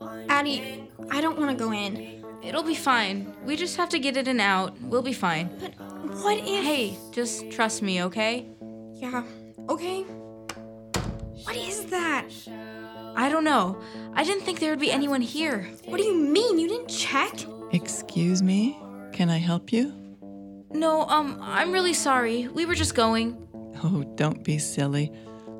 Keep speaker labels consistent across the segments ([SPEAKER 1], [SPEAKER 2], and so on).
[SPEAKER 1] Honey, I don't want to go in.
[SPEAKER 2] It'll be fine. We just have to get it and out. We'll be fine.
[SPEAKER 1] But what if.
[SPEAKER 2] Hey, just trust me, okay?
[SPEAKER 1] Yeah. Okay. What is that?
[SPEAKER 2] I don't know. I didn't think there would be anyone here.
[SPEAKER 1] What do you mean? You didn't check?
[SPEAKER 3] Excuse me? Can I help you?
[SPEAKER 2] No, um, I'm really sorry. We were just going.
[SPEAKER 3] Oh, don't be silly.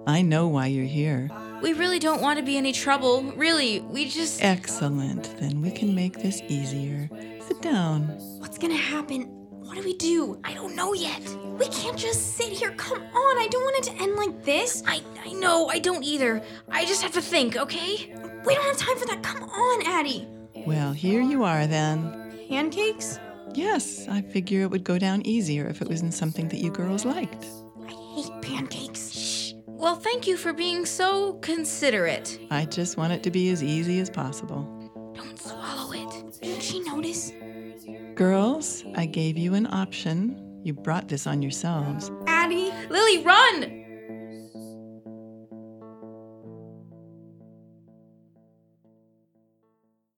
[SPEAKER 3] I know why you're here.
[SPEAKER 2] We really don't want to be any trouble. Really, we just.
[SPEAKER 3] Excellent. Then we can make this easier. Sit down.
[SPEAKER 1] What's gonna happen? What do we do? I don't know yet. We can't just sit here. Come on, I don't want it to end like this.
[SPEAKER 2] I, I know, I don't either. I just have to think, okay?
[SPEAKER 1] We don't have time for that. Come on, Addie.
[SPEAKER 3] Well, here you are then.
[SPEAKER 1] Pancakes?
[SPEAKER 3] Yes, I figure it would go down easier if it wasn't something that you girls liked.
[SPEAKER 1] I hate pancakes.
[SPEAKER 2] Well, thank you for being so considerate.
[SPEAKER 3] I just want it to be as easy as possible.
[SPEAKER 1] Don't swallow it. Didn't she notice?
[SPEAKER 3] Girls, I gave you an option. You brought this on yourselves.
[SPEAKER 1] Addie,
[SPEAKER 2] Lily, run!